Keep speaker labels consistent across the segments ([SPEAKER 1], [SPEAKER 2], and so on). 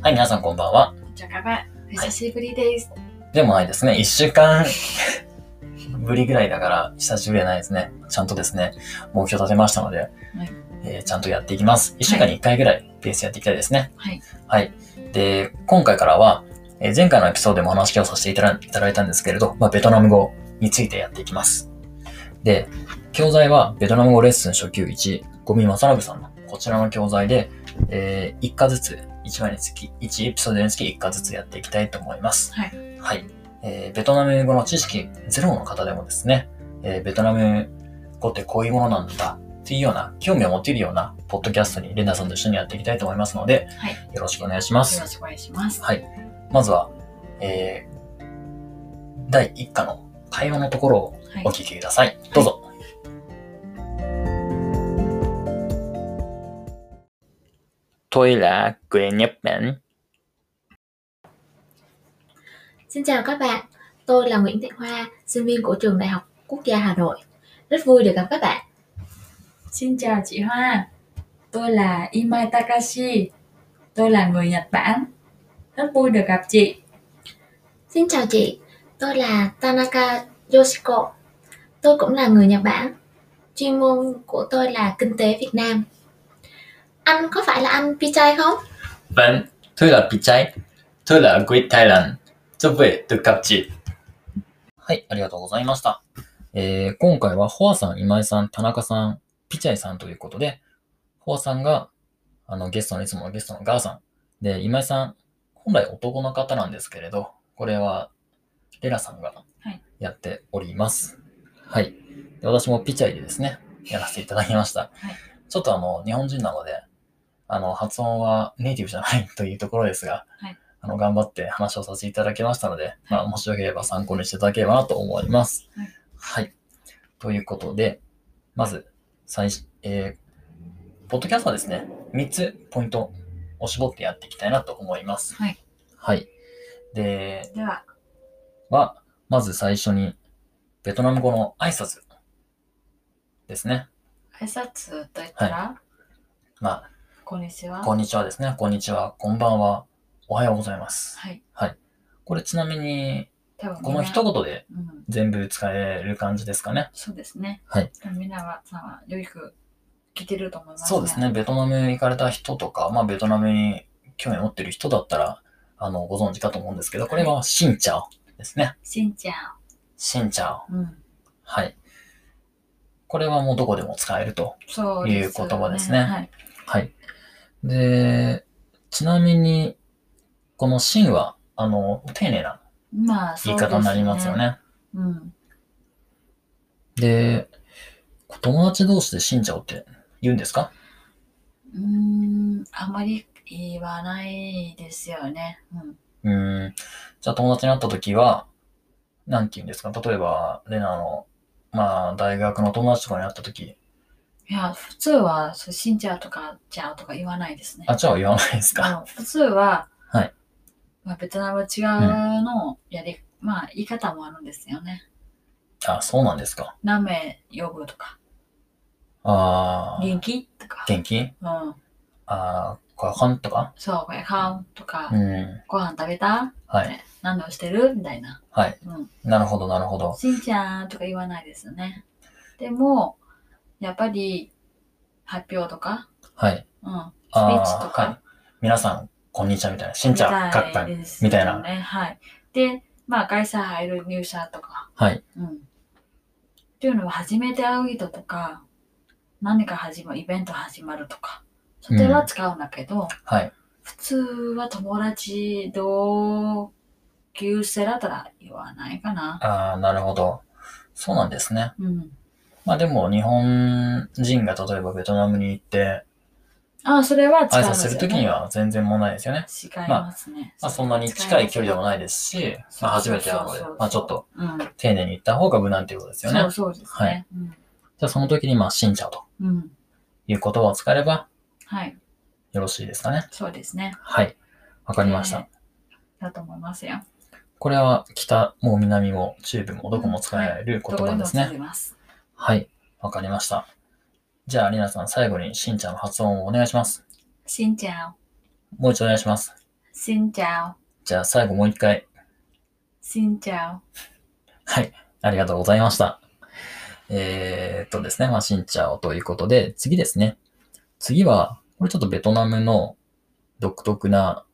[SPEAKER 1] はい、皆さんこんばんは。
[SPEAKER 2] じゃがば、久しぶりです。
[SPEAKER 1] でもないですね。一週 間ぶりぐらいだから、久しぶりじゃないですね。ちゃんとですね、目標立てましたので、えーちゃんとやっていきます。一週間に一回ぐらいペースやっていきたいですね。
[SPEAKER 2] はい。
[SPEAKER 1] はい。で、今回からは、えー前回のエピソードでもお話をさせていただいただいたんですけれど、まあ、ベトナム語についてやっていきます。で、教材はベトナム語レッスン初級1、ゴミ正信さんのこちらの教材で、え1課ずつ、1話につき、1エピソードにつき1課ずつやっていきたいと思います。
[SPEAKER 2] はい。
[SPEAKER 1] はい。えーベトナム語の知識ゼロの方でもですね、えーベトナム語ってこういうものなんだっていうような、興味を持てるような、ポッドキャストにレナさんと一緒にやっていきたいと思いますので、
[SPEAKER 2] はい。
[SPEAKER 1] よろしくお願いしま
[SPEAKER 2] よろ
[SPEAKER 1] す。
[SPEAKER 2] しくお願いします。
[SPEAKER 1] はい。まずは、えー第1課の会話のところを
[SPEAKER 2] はい
[SPEAKER 1] お。聞きください。どうぞ。Tôi là người Nhật Bản.
[SPEAKER 3] Xin chào các bạn, tôi là Nguyễn Thị Hoa, sinh viên của trường Đại học Quốc gia Hà Nội. Rất vui được gặp các bạn.
[SPEAKER 2] Xin chào chị Hoa. Tôi là Imai Takashi. Tôi là người Nhật Bản. Rất vui được gặp chị.
[SPEAKER 3] Xin chào chị, tôi là Tanaka Yoshiko. Tôi cũng là người Nhật Bản. Chuyên môn của tôi là kinh tế Việt Nam. Anh có phải là anh Pichai không?
[SPEAKER 1] Vâng, tôi là Pichai. Tôi là ở Great Thailand. Rất vui được gặp chị. はい、ありがとうございました。えー今回は、ホアさん、今井さん、田中さん、ピチャイさんということで、ホアさんが、あの、ゲストのいつものゲストのガーさん。で、今井さん、本来男の方なんですけれど、これは、レラさんが
[SPEAKER 2] はい
[SPEAKER 1] やっております。はい。で私もピチャイでですね、やらせていただきました。
[SPEAKER 2] はい
[SPEAKER 1] ちょっとあの、日本人なので、あの、発音はネイティブじゃないというところですが、
[SPEAKER 2] はい
[SPEAKER 1] あの、頑張って話をさせていただきましたので、まあ、もしよければ参考にしていただければなと思います。
[SPEAKER 2] はい。
[SPEAKER 1] ということで、まず、最初、えー、ポッドキャストはですね、3つポイントを絞ってやっていきたいなと思います。
[SPEAKER 2] はい。
[SPEAKER 1] はい。で、
[SPEAKER 2] では、
[SPEAKER 1] は、まず最初に、ベトナム語の挨拶ですね。
[SPEAKER 2] 挨拶と言ったら、
[SPEAKER 1] まあ、
[SPEAKER 2] こんにちは。
[SPEAKER 1] こんにちはですね。こんにちは。こんばんは。おはようございます。
[SPEAKER 2] はい。
[SPEAKER 1] これちなみに、
[SPEAKER 2] 多分み
[SPEAKER 1] こ
[SPEAKER 2] んな
[SPEAKER 1] の一言で
[SPEAKER 2] うん。
[SPEAKER 1] 全部使える感じですかね。
[SPEAKER 2] そうですね。
[SPEAKER 1] はい。
[SPEAKER 2] みんなはさんはよく聞いてると思います、
[SPEAKER 1] そうです。ね。ベトナム行かれた人とか、まあベトナムに興味を持ってる人だったら、あの、ご存知かと思うんですけど、これはシンチャオですね。
[SPEAKER 2] しんちゃ
[SPEAKER 1] シンチャオ。
[SPEAKER 2] ん。うん。
[SPEAKER 1] はい。これはもうどこでも使えると。
[SPEAKER 2] そうです、
[SPEAKER 1] いう言葉ですね
[SPEAKER 2] はい。
[SPEAKER 1] はい。で、ちなみに、このシンは、あの、丁寧な
[SPEAKER 2] まあ、そ
[SPEAKER 1] 言
[SPEAKER 2] う
[SPEAKER 1] い
[SPEAKER 2] です
[SPEAKER 1] 方になりますよ。ね。
[SPEAKER 2] うん。
[SPEAKER 1] で、友達同士で信者をって言うんですか
[SPEAKER 2] うーん、あまり言わないですよね。うん。
[SPEAKER 1] うーん。じゃあ友達に会った時は、なんて言うんですか例えば、レナの、まあ、大学の友達とかに会った時、
[SPEAKER 2] いや、普通は、そう死んじゃうとか、じゃうとか言わないですね。
[SPEAKER 1] あ、じゃあ言わないですか
[SPEAKER 2] うん普通は、
[SPEAKER 1] はい
[SPEAKER 2] まあ、ベトナムは違うのをやり、まあ、言い方もあるんですよね。
[SPEAKER 1] あ、そうなんですか。
[SPEAKER 2] 何名呼ぶとか、
[SPEAKER 1] あー
[SPEAKER 2] 元気とか、
[SPEAKER 1] 元気
[SPEAKER 2] うん。
[SPEAKER 1] あー、ご飯とか
[SPEAKER 2] そう、これ、かんとか、
[SPEAKER 1] うん。
[SPEAKER 2] ご飯食べた
[SPEAKER 1] はい。
[SPEAKER 2] 何をしてるみたいな。
[SPEAKER 1] はい。
[SPEAKER 2] うん。
[SPEAKER 1] なるほど、なるほど。
[SPEAKER 2] しんちゃんとか言わないですね。でも、やっぱり、発表とか、
[SPEAKER 1] はい。
[SPEAKER 2] うん。スピ
[SPEAKER 1] あ
[SPEAKER 2] ー
[SPEAKER 1] ー
[SPEAKER 2] チとか
[SPEAKER 1] はい、皆さん、こんにちはみたいな。信者、かっ
[SPEAKER 2] み
[SPEAKER 1] た
[SPEAKER 2] た
[SPEAKER 1] ん。
[SPEAKER 2] いですよねはい。で、まあ、会社入る入社とか、
[SPEAKER 1] はい。
[SPEAKER 2] うん。っていうのは、初めて会う人とか、何か始まる、イベント始まるとか、それは使うんだけど、
[SPEAKER 1] はい。
[SPEAKER 2] 普通は友達、同級生だったら言わないかな。
[SPEAKER 1] あー、なるほど。そうなんですね。
[SPEAKER 2] うん。
[SPEAKER 1] まあでも日本人が例えばベトナムに行って
[SPEAKER 2] あ、それは使
[SPEAKER 1] 挨
[SPEAKER 2] いま
[SPEAKER 1] 拶
[SPEAKER 2] す
[SPEAKER 1] す
[SPEAKER 2] よ、ね。
[SPEAKER 1] るときには全然問題ですよね。
[SPEAKER 2] 違いますね。
[SPEAKER 1] まあそんなに近い距離でもないですし、まあ初めてなので
[SPEAKER 2] そうそうそう、
[SPEAKER 1] まあちょっと
[SPEAKER 2] うん。
[SPEAKER 1] 丁寧に行った方が無難ということですよね。
[SPEAKER 2] そ
[SPEAKER 1] じ
[SPEAKER 2] うそうです
[SPEAKER 1] は
[SPEAKER 2] ね。
[SPEAKER 1] ゃあその時にまあ死んじゃうと
[SPEAKER 2] うん。うん。
[SPEAKER 1] いう言葉を使えれば
[SPEAKER 2] はい。
[SPEAKER 1] よろしいですかね。
[SPEAKER 2] そうですね。
[SPEAKER 1] はい。わかりまし
[SPEAKER 2] ね
[SPEAKER 1] た。
[SPEAKER 2] だと思いますよ。
[SPEAKER 1] これは北も南も中部もどこも使える言
[SPEAKER 2] どこで
[SPEAKER 1] 葉
[SPEAKER 2] も
[SPEAKER 1] です
[SPEAKER 2] 通
[SPEAKER 1] ね。
[SPEAKER 2] じます。
[SPEAKER 1] はい。わかりました。じゃあ、リナさん、最後にしんちゃんの発音をお願いします。
[SPEAKER 2] しんちゃん、
[SPEAKER 1] もう一度お願いします。
[SPEAKER 2] Xin chào.
[SPEAKER 1] じゃあ最後もう一回。
[SPEAKER 2] Xin chào.
[SPEAKER 1] はい。ありがとうございました。えー、っとですね、まあ、しんちゃおということで、次ですね。次は、これちょっとベトナムの独特な、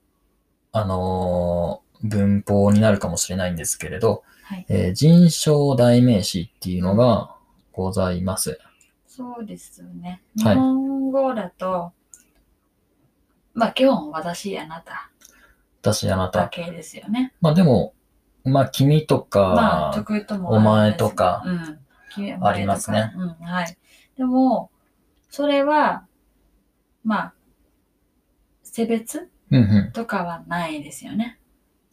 [SPEAKER 1] あのー文法になるかもしれないんですけれど、
[SPEAKER 2] はい。
[SPEAKER 1] えー人称代名詞っていうのがございます。
[SPEAKER 2] そうですね。日
[SPEAKER 1] はい
[SPEAKER 2] 本語だと、まあ基本私、あなた
[SPEAKER 1] 私、あな
[SPEAKER 2] だ
[SPEAKER 1] た。
[SPEAKER 2] けですよね。
[SPEAKER 1] まあでも、まあ、君と
[SPEAKER 2] まあ
[SPEAKER 1] か、
[SPEAKER 2] 得意とも
[SPEAKER 1] お前とか
[SPEAKER 2] うん君お前と
[SPEAKER 1] ありますね。
[SPEAKER 2] うん、はい。でも、それは、まあ、性別
[SPEAKER 1] うんうん。
[SPEAKER 2] とかはないですよね。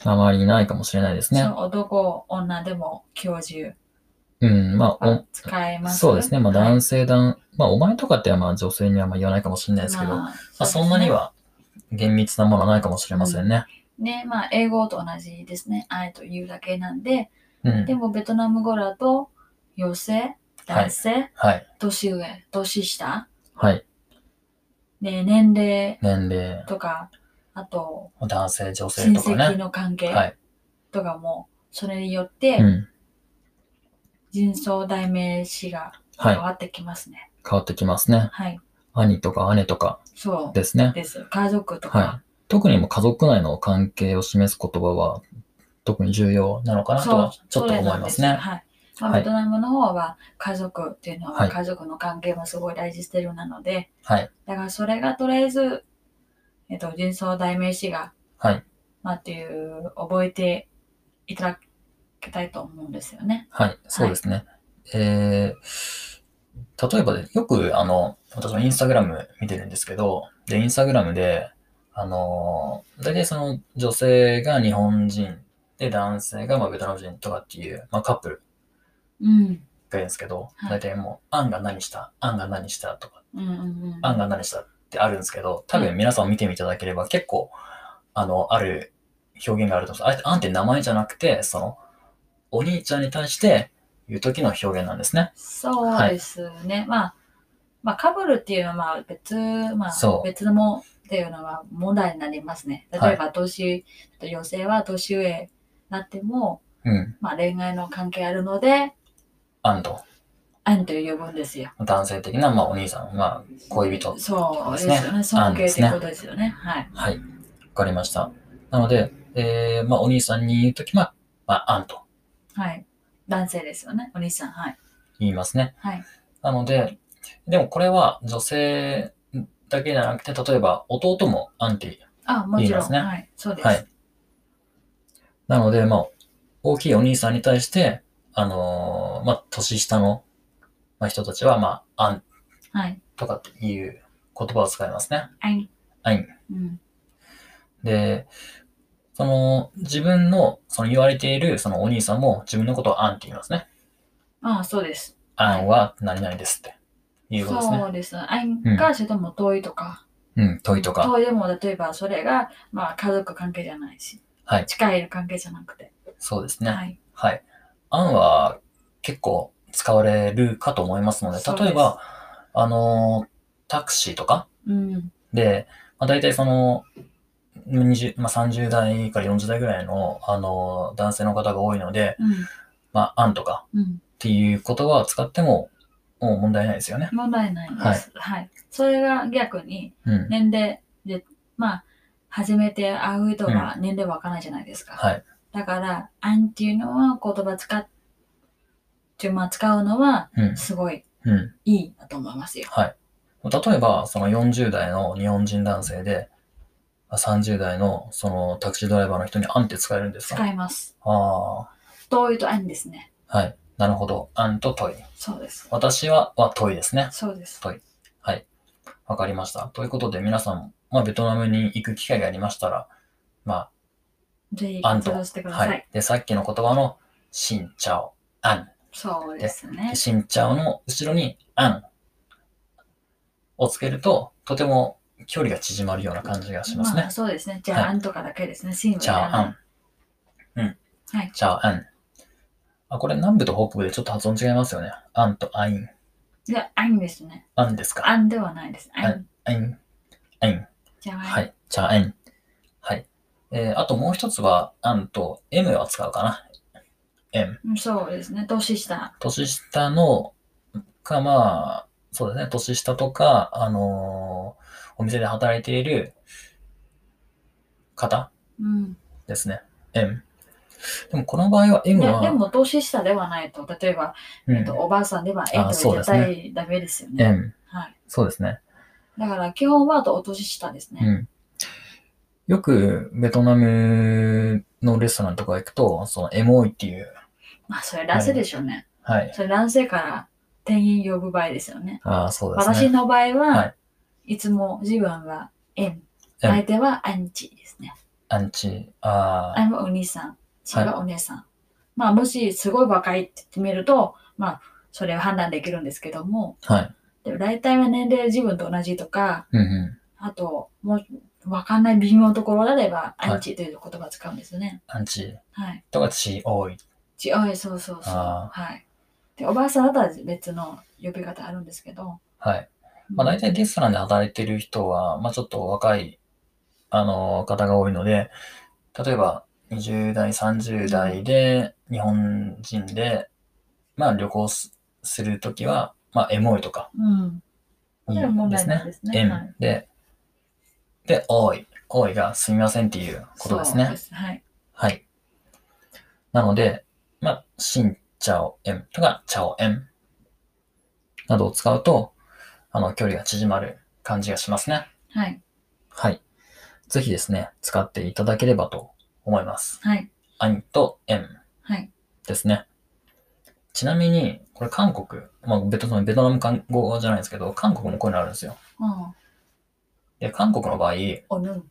[SPEAKER 1] あまりないかもしれないですね
[SPEAKER 2] そ。の男、女でも教授
[SPEAKER 1] うん、まあ、お
[SPEAKER 2] は使えます。
[SPEAKER 1] そうですね。まあ
[SPEAKER 2] はい
[SPEAKER 1] 男性男、まあお前とかってはまあ女性にはあんま言わないかもしれないですけど、ま
[SPEAKER 2] ま
[SPEAKER 1] あそんなに。は厳密なものはないかもしれませんね。
[SPEAKER 2] そうですね、ねまあ英語と同じですね。愛というだけなんで、
[SPEAKER 1] うん。
[SPEAKER 2] でもベトナム語だと、女性、男性、
[SPEAKER 1] はい。
[SPEAKER 2] 年上、年下、
[SPEAKER 1] はい。
[SPEAKER 2] で年齢
[SPEAKER 1] 年齢、
[SPEAKER 2] とか、あと、
[SPEAKER 1] 男性、女性
[SPEAKER 2] 親
[SPEAKER 1] とか
[SPEAKER 2] 戚
[SPEAKER 1] ね。
[SPEAKER 2] の関係
[SPEAKER 1] はい。
[SPEAKER 2] とかも、それによって
[SPEAKER 1] うん。
[SPEAKER 2] 人相代名詞が
[SPEAKER 1] はい
[SPEAKER 2] 変。わってきますね。
[SPEAKER 1] 変わってきますね。
[SPEAKER 2] はい。
[SPEAKER 1] 兄とか姉とか
[SPEAKER 2] そ
[SPEAKER 1] ですね
[SPEAKER 2] う。です。家族とか、
[SPEAKER 1] はい。特にもう家族内の関係を示す言葉は特に重要なのかなとはちょっと思います
[SPEAKER 2] それ
[SPEAKER 1] ね
[SPEAKER 2] なん。はい。まあ
[SPEAKER 1] はい
[SPEAKER 2] ベトナムの方は家族っていうの
[SPEAKER 1] は
[SPEAKER 2] は、
[SPEAKER 1] い
[SPEAKER 2] 家族の関係もすごい大事してるなので、
[SPEAKER 1] はい。
[SPEAKER 2] だからそれがとりあえず、えっと、人相代名詞が、
[SPEAKER 1] はい。
[SPEAKER 2] まあっていう、覚えていただきたいと思うんですよね。
[SPEAKER 1] はい、そうですね。えー、例えばで、よく、あの、私もインスタグラム見てるんですけど、で、インスタグラムで、あのー、大体その女性が日本人、で、男性がまあベトナム人とかっていう、まあカップル
[SPEAKER 2] うん。
[SPEAKER 1] がいるんですけど、
[SPEAKER 2] はい
[SPEAKER 1] 大体もう、アンが何した、アンが何したとか、
[SPEAKER 2] うんうんうん。
[SPEAKER 1] アンが何したってあるんですけど、多分皆さん見てみていただければ結構、あの、ある表現があると思うんです。あれ、アンって名前じゃなくて、その、お兄ちゃんに対して言う時の表現なんですね。
[SPEAKER 2] そうですね。まあ、まあ、カブルっていうのはまあ別、まあ
[SPEAKER 1] そ、う
[SPEAKER 2] 別のもっていうのは問題になりますね。例えば、年、女性は年上になっても、
[SPEAKER 1] うん。
[SPEAKER 2] まあ、恋愛の関係あるので、
[SPEAKER 1] アンと、
[SPEAKER 2] アンと呼ぶんですよ。
[SPEAKER 1] 男性的な、まあ、お兄さん、まあ、恋人。
[SPEAKER 2] そうです
[SPEAKER 1] そう
[SPEAKER 2] よ
[SPEAKER 1] で
[SPEAKER 2] ね。
[SPEAKER 1] すね
[SPEAKER 2] 尊敬ってことですよね。はい。
[SPEAKER 1] はい。わかりました。なので、えー、まあ、お兄さんに言うときは、まあ、アンと
[SPEAKER 2] はい。男性ですよね。お兄さん。はい。
[SPEAKER 1] 言いますね。
[SPEAKER 2] はい。
[SPEAKER 1] なので、でもこれは女性だけじゃなくて、例えば弟もアンって、
[SPEAKER 2] あ、も
[SPEAKER 1] 言
[SPEAKER 2] ち
[SPEAKER 1] いま
[SPEAKER 2] ろ
[SPEAKER 1] す
[SPEAKER 2] ん。
[SPEAKER 1] ね
[SPEAKER 2] はい。そうです。
[SPEAKER 1] はいなので、まあ、大きいお兄さんに対して、あのーまあ、年下の、まあ、人たちは、まあ、アン
[SPEAKER 2] はい。
[SPEAKER 1] とかっていう言葉を使いますね。
[SPEAKER 2] アイン。
[SPEAKER 1] アイン。
[SPEAKER 2] うん。
[SPEAKER 1] で、その、自分の、その言われている、そのお兄さんも自分のことをアンって言いますね。
[SPEAKER 2] あそうです。
[SPEAKER 1] 案は何々ですっていうことですね。
[SPEAKER 2] そうです。アインか、それとも遠いとか。
[SPEAKER 1] うん、問いとか。
[SPEAKER 2] そうでも例えばそれが、まあ、家族関係じゃないし、
[SPEAKER 1] はい
[SPEAKER 2] 近い関係じゃなくて、
[SPEAKER 1] そうですね。
[SPEAKER 2] い、
[SPEAKER 1] はい。案は結構使われるかと思いますので、
[SPEAKER 2] そうです
[SPEAKER 1] 例えば、あのー、タクシーとか
[SPEAKER 2] うん、
[SPEAKER 1] で、まあ、大体その、20まあ、30代から40代ぐらいの、あのー、男性の方が多いので、
[SPEAKER 2] うん、
[SPEAKER 1] まあ、案とか
[SPEAKER 2] うん、
[SPEAKER 1] っていう言葉を使っても、もう問題ないですよね。
[SPEAKER 2] 問題ないです。はい、それが逆に
[SPEAKER 1] うん。
[SPEAKER 2] 年齢で、まあ、初めて会う人が年齢わからないじゃないですか。
[SPEAKER 1] はい。
[SPEAKER 2] だから、アンっていうのは言葉使っ、ちょまあ使うのは
[SPEAKER 1] うん。
[SPEAKER 2] すごい
[SPEAKER 1] うん。
[SPEAKER 2] いいなと思いますよ。
[SPEAKER 1] はい。例えば、その40代の日本人男性で、30代のそのタクシードライバーの人にアンって使えるんですか
[SPEAKER 2] 使います。
[SPEAKER 1] あ
[SPEAKER 2] 遠いとアンですね。
[SPEAKER 1] あ、はい。なるほど。アンと問い。
[SPEAKER 2] そうです。
[SPEAKER 1] 私は、は問いですね。
[SPEAKER 2] そうです。
[SPEAKER 1] はい。わかりました。ということで、皆さん、まあ、ベトナムに行く機会がありましたら、ま
[SPEAKER 2] ぜひ
[SPEAKER 1] あ、アン
[SPEAKER 2] 活
[SPEAKER 1] と、
[SPEAKER 2] 動してください。
[SPEAKER 1] はい。で、さっきの言葉の、シンチャオ、アン。
[SPEAKER 2] そうですね。
[SPEAKER 1] シンチャオの後ろに、アンをつけると、とても距離が縮まるような感じがしますね
[SPEAKER 2] あ、。そうですね。じゃあ、
[SPEAKER 1] はい
[SPEAKER 2] あんとかだけですね。シーン
[SPEAKER 1] チャーアン。うん。
[SPEAKER 2] はい
[SPEAKER 1] チャーアン。あ、これ南部と北部でちょっと発音違いますよね。アンとアイン。
[SPEAKER 2] じゃあ、あんですね。
[SPEAKER 1] アンですか。
[SPEAKER 2] あんではないです。あ
[SPEAKER 1] はい
[SPEAKER 2] ん。
[SPEAKER 1] アイン。アイン。
[SPEAKER 2] じゃあ、
[SPEAKER 1] は
[SPEAKER 2] はい、
[SPEAKER 1] い。チャーアン。はい。えーあともう一つは、なんと、M を使うかな。M。
[SPEAKER 2] うんそうですね。年下。
[SPEAKER 1] 年下の、か、まあ、そうですね、年下とか、あのーお店で働いている方
[SPEAKER 2] うん。
[SPEAKER 1] ですね。M。でもこの場合は M
[SPEAKER 2] いや、
[SPEAKER 1] は、
[SPEAKER 2] でも年下ではないと、例えば、
[SPEAKER 1] う
[SPEAKER 2] えっ
[SPEAKER 1] ん
[SPEAKER 2] と、おばあさんでは、えっ
[SPEAKER 1] あ
[SPEAKER 2] と、
[SPEAKER 1] そうで
[SPEAKER 2] 絶
[SPEAKER 1] すね
[SPEAKER 2] 対ダメですよね。
[SPEAKER 1] M。
[SPEAKER 2] はい。
[SPEAKER 1] そうですね。
[SPEAKER 2] だから、基本はお年下です
[SPEAKER 1] う
[SPEAKER 2] ね。
[SPEAKER 1] ん。よくベトナムのレストランとか行くと、そのエモいっていう、
[SPEAKER 2] まあ、それ男性でしょうね。
[SPEAKER 1] はい。
[SPEAKER 2] それ男性から店員呼ぶ場合ですよね。
[SPEAKER 1] ああ、そうです
[SPEAKER 2] 私
[SPEAKER 1] ね。
[SPEAKER 2] の場合
[SPEAKER 1] は
[SPEAKER 2] は、いつも自分は M。
[SPEAKER 1] M
[SPEAKER 2] 相手はアンチですね。
[SPEAKER 1] アンチ、ああ、
[SPEAKER 2] あのお兄さん、違うお姉さん。まあ、もしすごい若いって言ってみると、まあ、それを判断できるんですけども、
[SPEAKER 1] はい。
[SPEAKER 2] でも大体は年齢自分と同じとか、
[SPEAKER 1] うんうん。
[SPEAKER 2] あと、もう、わかんない微妙なところであれば、アンチという言葉を使うんですね。
[SPEAKER 1] アンチ
[SPEAKER 2] はい。
[SPEAKER 1] とか血多い。
[SPEAKER 2] ち、おい、そうそうそう。
[SPEAKER 1] あ
[SPEAKER 2] はい。で、おばあさんだったら別の呼び方あるんですけど。
[SPEAKER 1] はい。まあ、大体レストランで働いてる人は、まあ、ちょっと若い、あの、方が多いので、例えば、20代、30代で、日本人で、まあ、旅行すするときは、まあ、エモいとか、
[SPEAKER 2] うん。
[SPEAKER 1] い
[SPEAKER 2] それは問
[SPEAKER 1] いで
[SPEAKER 2] 題
[SPEAKER 1] す
[SPEAKER 2] ない
[SPEAKER 1] ね
[SPEAKER 2] で。すね。
[SPEAKER 1] エ
[SPEAKER 2] はい
[SPEAKER 1] ム。で、で、おい。おいが、すみませんっていうことです
[SPEAKER 2] そう
[SPEAKER 1] ね
[SPEAKER 2] で。す。はい。
[SPEAKER 1] はい。なので、まあ、しんちゃおえんとか、ちゃおえんなどを使うと、あの、距離が縮まる感じがしますね。
[SPEAKER 2] はい。
[SPEAKER 1] はい。ぜひですね、使っていただければと思います。
[SPEAKER 2] はい。
[SPEAKER 1] あんとえん
[SPEAKER 2] はい。
[SPEAKER 1] ですね。ちなみに、これ韓国、まあ、ベトナム、ベトナム韓語じゃないですけど、韓国もこういうのあるんですよ。
[SPEAKER 2] うん。
[SPEAKER 1] で、韓国の場合、ヒ
[SPEAKER 2] おぬん。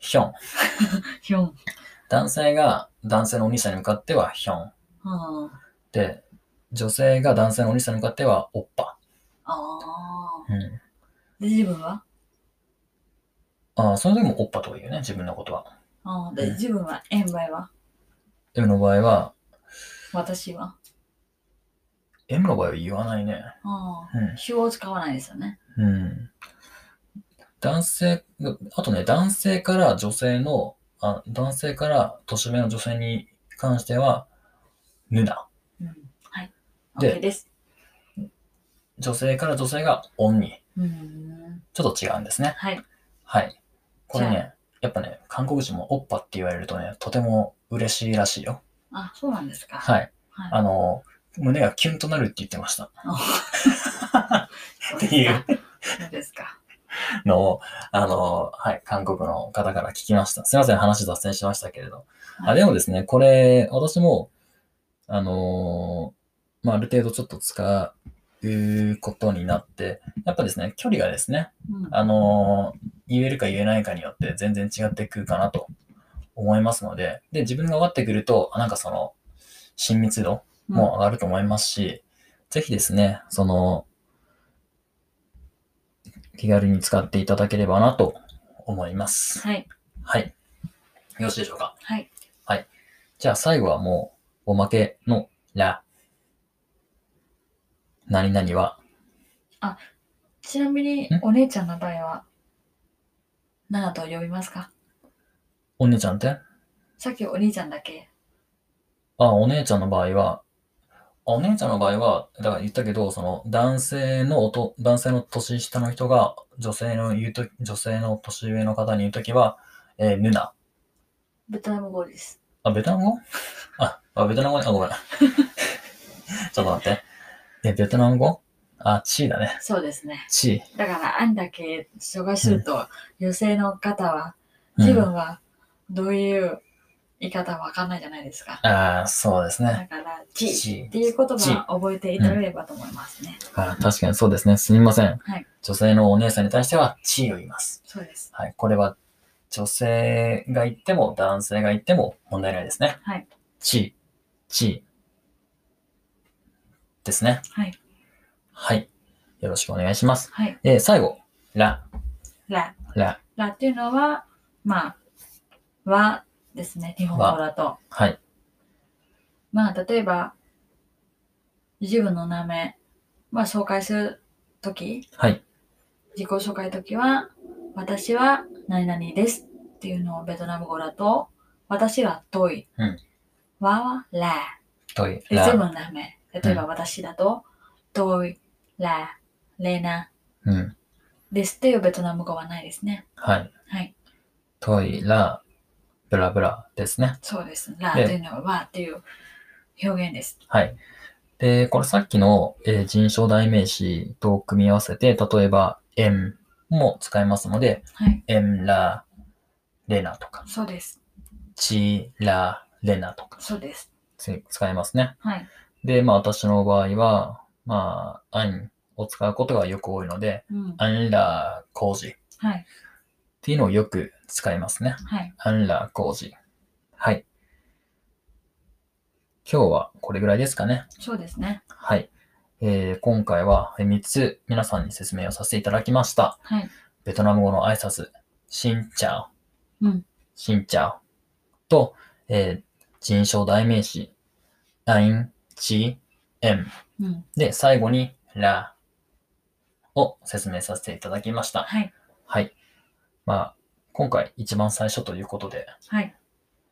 [SPEAKER 1] ョン。
[SPEAKER 2] ひょん。
[SPEAKER 1] 男性が男性のお兄さんに向かってはヒョン。
[SPEAKER 2] うん。あ
[SPEAKER 1] で、女性が男性のお兄さんに向かってはおっぱ。
[SPEAKER 2] あ
[SPEAKER 1] うん。
[SPEAKER 2] ー。で、自分は
[SPEAKER 1] ああ、その時もおっぱというね、自分のことは。
[SPEAKER 2] あー
[SPEAKER 1] うん
[SPEAKER 2] で、自分は、円倍は
[SPEAKER 1] M の場合は、
[SPEAKER 2] 私は
[SPEAKER 1] M の場合は言わないね。
[SPEAKER 2] あ
[SPEAKER 1] うん
[SPEAKER 2] あ。。主を使わないですよね。
[SPEAKER 1] うん。男性、あとね、男性から女性の、あ男性から年上の女性に関しては、ヌナ。
[SPEAKER 2] うん。はい。
[SPEAKER 1] で
[SPEAKER 2] OK です。
[SPEAKER 1] 女性から女性がオンに。
[SPEAKER 2] うーん。
[SPEAKER 1] ちょっと違うんですね。
[SPEAKER 2] はい。
[SPEAKER 1] はい。これ
[SPEAKER 2] じゃ
[SPEAKER 1] ね、やっぱね、韓国人もオッパって言われるとね、とても嬉しいらしいよ。
[SPEAKER 2] あ、そうなんですか。い。
[SPEAKER 1] はい。
[SPEAKER 2] はい
[SPEAKER 1] あの、胸がキュンとなるって言ってました。
[SPEAKER 2] そう
[SPEAKER 1] っ
[SPEAKER 2] で
[SPEAKER 1] て
[SPEAKER 2] す
[SPEAKER 1] い
[SPEAKER 2] か
[SPEAKER 1] う
[SPEAKER 2] そうですか。
[SPEAKER 1] のを、あの、はい、韓国の方から聞きました。すいません、話脱線しましたけれど。あでもですね、これ、私も、あのーまあ、ある程度ちょっと使うことになって、やっぱですね、距離がですね、
[SPEAKER 2] うん
[SPEAKER 1] あのー言えるか言えないかによって全然違ってくるかなと思いますので、で、自分が分かってくると、あなんかその、親密度も上がると思いますし、ぜひですね、その、気軽に使っていただければなと思います。
[SPEAKER 2] はい。
[SPEAKER 1] はい。よろしいでしょうか。
[SPEAKER 2] はい。
[SPEAKER 1] じゃあ最後はもう、おまけの、ら。何々は、
[SPEAKER 2] ちなみに
[SPEAKER 1] ん、
[SPEAKER 2] お姉ちゃんの場合は、ナナと呼びますか
[SPEAKER 1] お姉ちゃんって
[SPEAKER 2] さっきお兄ちゃんだけ。
[SPEAKER 1] あ、お姉ちゃんの場合は、あお姉ちゃんの場合は、だから言ったけど、その、男性のおと、男性の年下の人が、女性の言うと、女性の年上の方に言うときは、えー、ヌナ。
[SPEAKER 2] ベトナム語です。
[SPEAKER 1] あ、ベトナム語 あ、あ、ベトナム語ね。あ、ごめん。ちょ っと待って。え、ベトナム語あ、チーだね。
[SPEAKER 2] そうですね。
[SPEAKER 1] チ
[SPEAKER 2] だから、あんだけ忙しいと、女性の方は、
[SPEAKER 1] ー。
[SPEAKER 2] 自
[SPEAKER 1] うん、
[SPEAKER 2] 分はどういう言い方わかんないじゃないですか。
[SPEAKER 1] ああ、そうですね。
[SPEAKER 2] だから、
[SPEAKER 1] チ
[SPEAKER 2] ち
[SPEAKER 1] ー
[SPEAKER 2] っていう言葉を覚えていただければと思いますね。
[SPEAKER 1] あ確かにそうですね。すみません。
[SPEAKER 2] はい
[SPEAKER 1] 女性のお姉さんに対しては、地位を言います。
[SPEAKER 2] そうです。
[SPEAKER 1] はい。これは、女性が言っても、男性が言っても問題ないですね。
[SPEAKER 2] はい。
[SPEAKER 1] 地位、地位。ですね。
[SPEAKER 2] はい。
[SPEAKER 1] はい。よろしくお願いします。
[SPEAKER 2] はい。
[SPEAKER 1] えー最後、ら、
[SPEAKER 2] ら、
[SPEAKER 1] ら、
[SPEAKER 2] らっていうのは、まあ、はですね、日本語だと。
[SPEAKER 1] はい。
[SPEAKER 2] まあ、例えば、自分の名前、まあ、紹介するとき、
[SPEAKER 1] はい。
[SPEAKER 2] 自己紹介のときは、私は何々ですっていうのをベトナム語だと、私はトイ
[SPEAKER 1] うん。
[SPEAKER 2] わはら。
[SPEAKER 1] トイ
[SPEAKER 2] で、
[SPEAKER 1] ラ
[SPEAKER 2] 全部の名前。例えば私だと、トイ、ラ、レナ
[SPEAKER 1] うん。
[SPEAKER 2] ですっていうベトナム語はないですね。
[SPEAKER 1] はい。
[SPEAKER 2] はい。
[SPEAKER 1] トイラブラブラですね。
[SPEAKER 2] そうです。ラと
[SPEAKER 1] で
[SPEAKER 2] いうのはわっていう表現です。
[SPEAKER 1] はい。で、これさっきの、えー人称代名詞と組み合わせて、例えば、円も使いますので、
[SPEAKER 2] はい。
[SPEAKER 1] 円らレナとか、
[SPEAKER 2] そうです。
[SPEAKER 1] ちらレナとか、
[SPEAKER 2] そうです。
[SPEAKER 1] つ使いますね。
[SPEAKER 2] はい。
[SPEAKER 1] で、まあ私の場合は、まあ、アンを使うことがよく多いので、
[SPEAKER 2] うん。
[SPEAKER 1] アンラ工事っ
[SPEAKER 2] はい。
[SPEAKER 1] ていうのをよく使いますね。
[SPEAKER 2] はい。
[SPEAKER 1] アンラ工事。はい。今日はこれぐらいですかね。
[SPEAKER 2] そうですね。
[SPEAKER 1] はい。えー今回は3つ皆さんに説明をさせていただきました。
[SPEAKER 2] はい。
[SPEAKER 1] ベトナム語の挨拶、シンチャオ、
[SPEAKER 2] うん
[SPEAKER 1] シンチャオと、えー人称代名詞、ライン、チ、エン。
[SPEAKER 2] うん。
[SPEAKER 1] で、最後に、ラを説明させていただきました。
[SPEAKER 2] はい。
[SPEAKER 1] はい。まあ、今回一番最初ということで、
[SPEAKER 2] はい。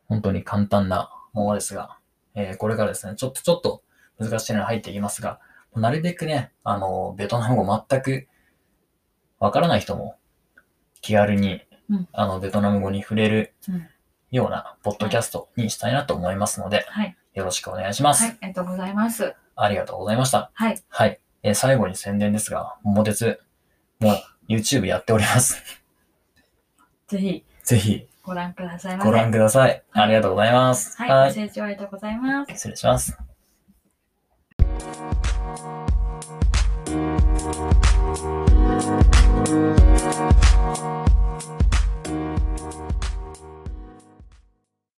[SPEAKER 1] 本当に簡単なものですが、えーこれからですね、ちょっとちょっと難しいのに入っていきますが、なるべくね、あの、ベトナム語全くわからない人も気軽に、
[SPEAKER 2] うん
[SPEAKER 1] あの、ベトナム語に触れる
[SPEAKER 2] うん
[SPEAKER 1] ようなポッドキャストにしたいなと思いますので、
[SPEAKER 2] はい。
[SPEAKER 1] よろしくお願いします。
[SPEAKER 2] はい。ありがとうございます。
[SPEAKER 1] ありがとうございました。
[SPEAKER 2] はい。
[SPEAKER 1] はい。えー最後に宣伝ですが、桃鉄、もう YouTube やっております。
[SPEAKER 2] ぜひ
[SPEAKER 1] ぜひ
[SPEAKER 2] ご覧くださいませ。
[SPEAKER 1] ご覧ください。ありがとうございます。
[SPEAKER 2] はい。ご。清聴ありがとうございます。
[SPEAKER 1] 失礼します。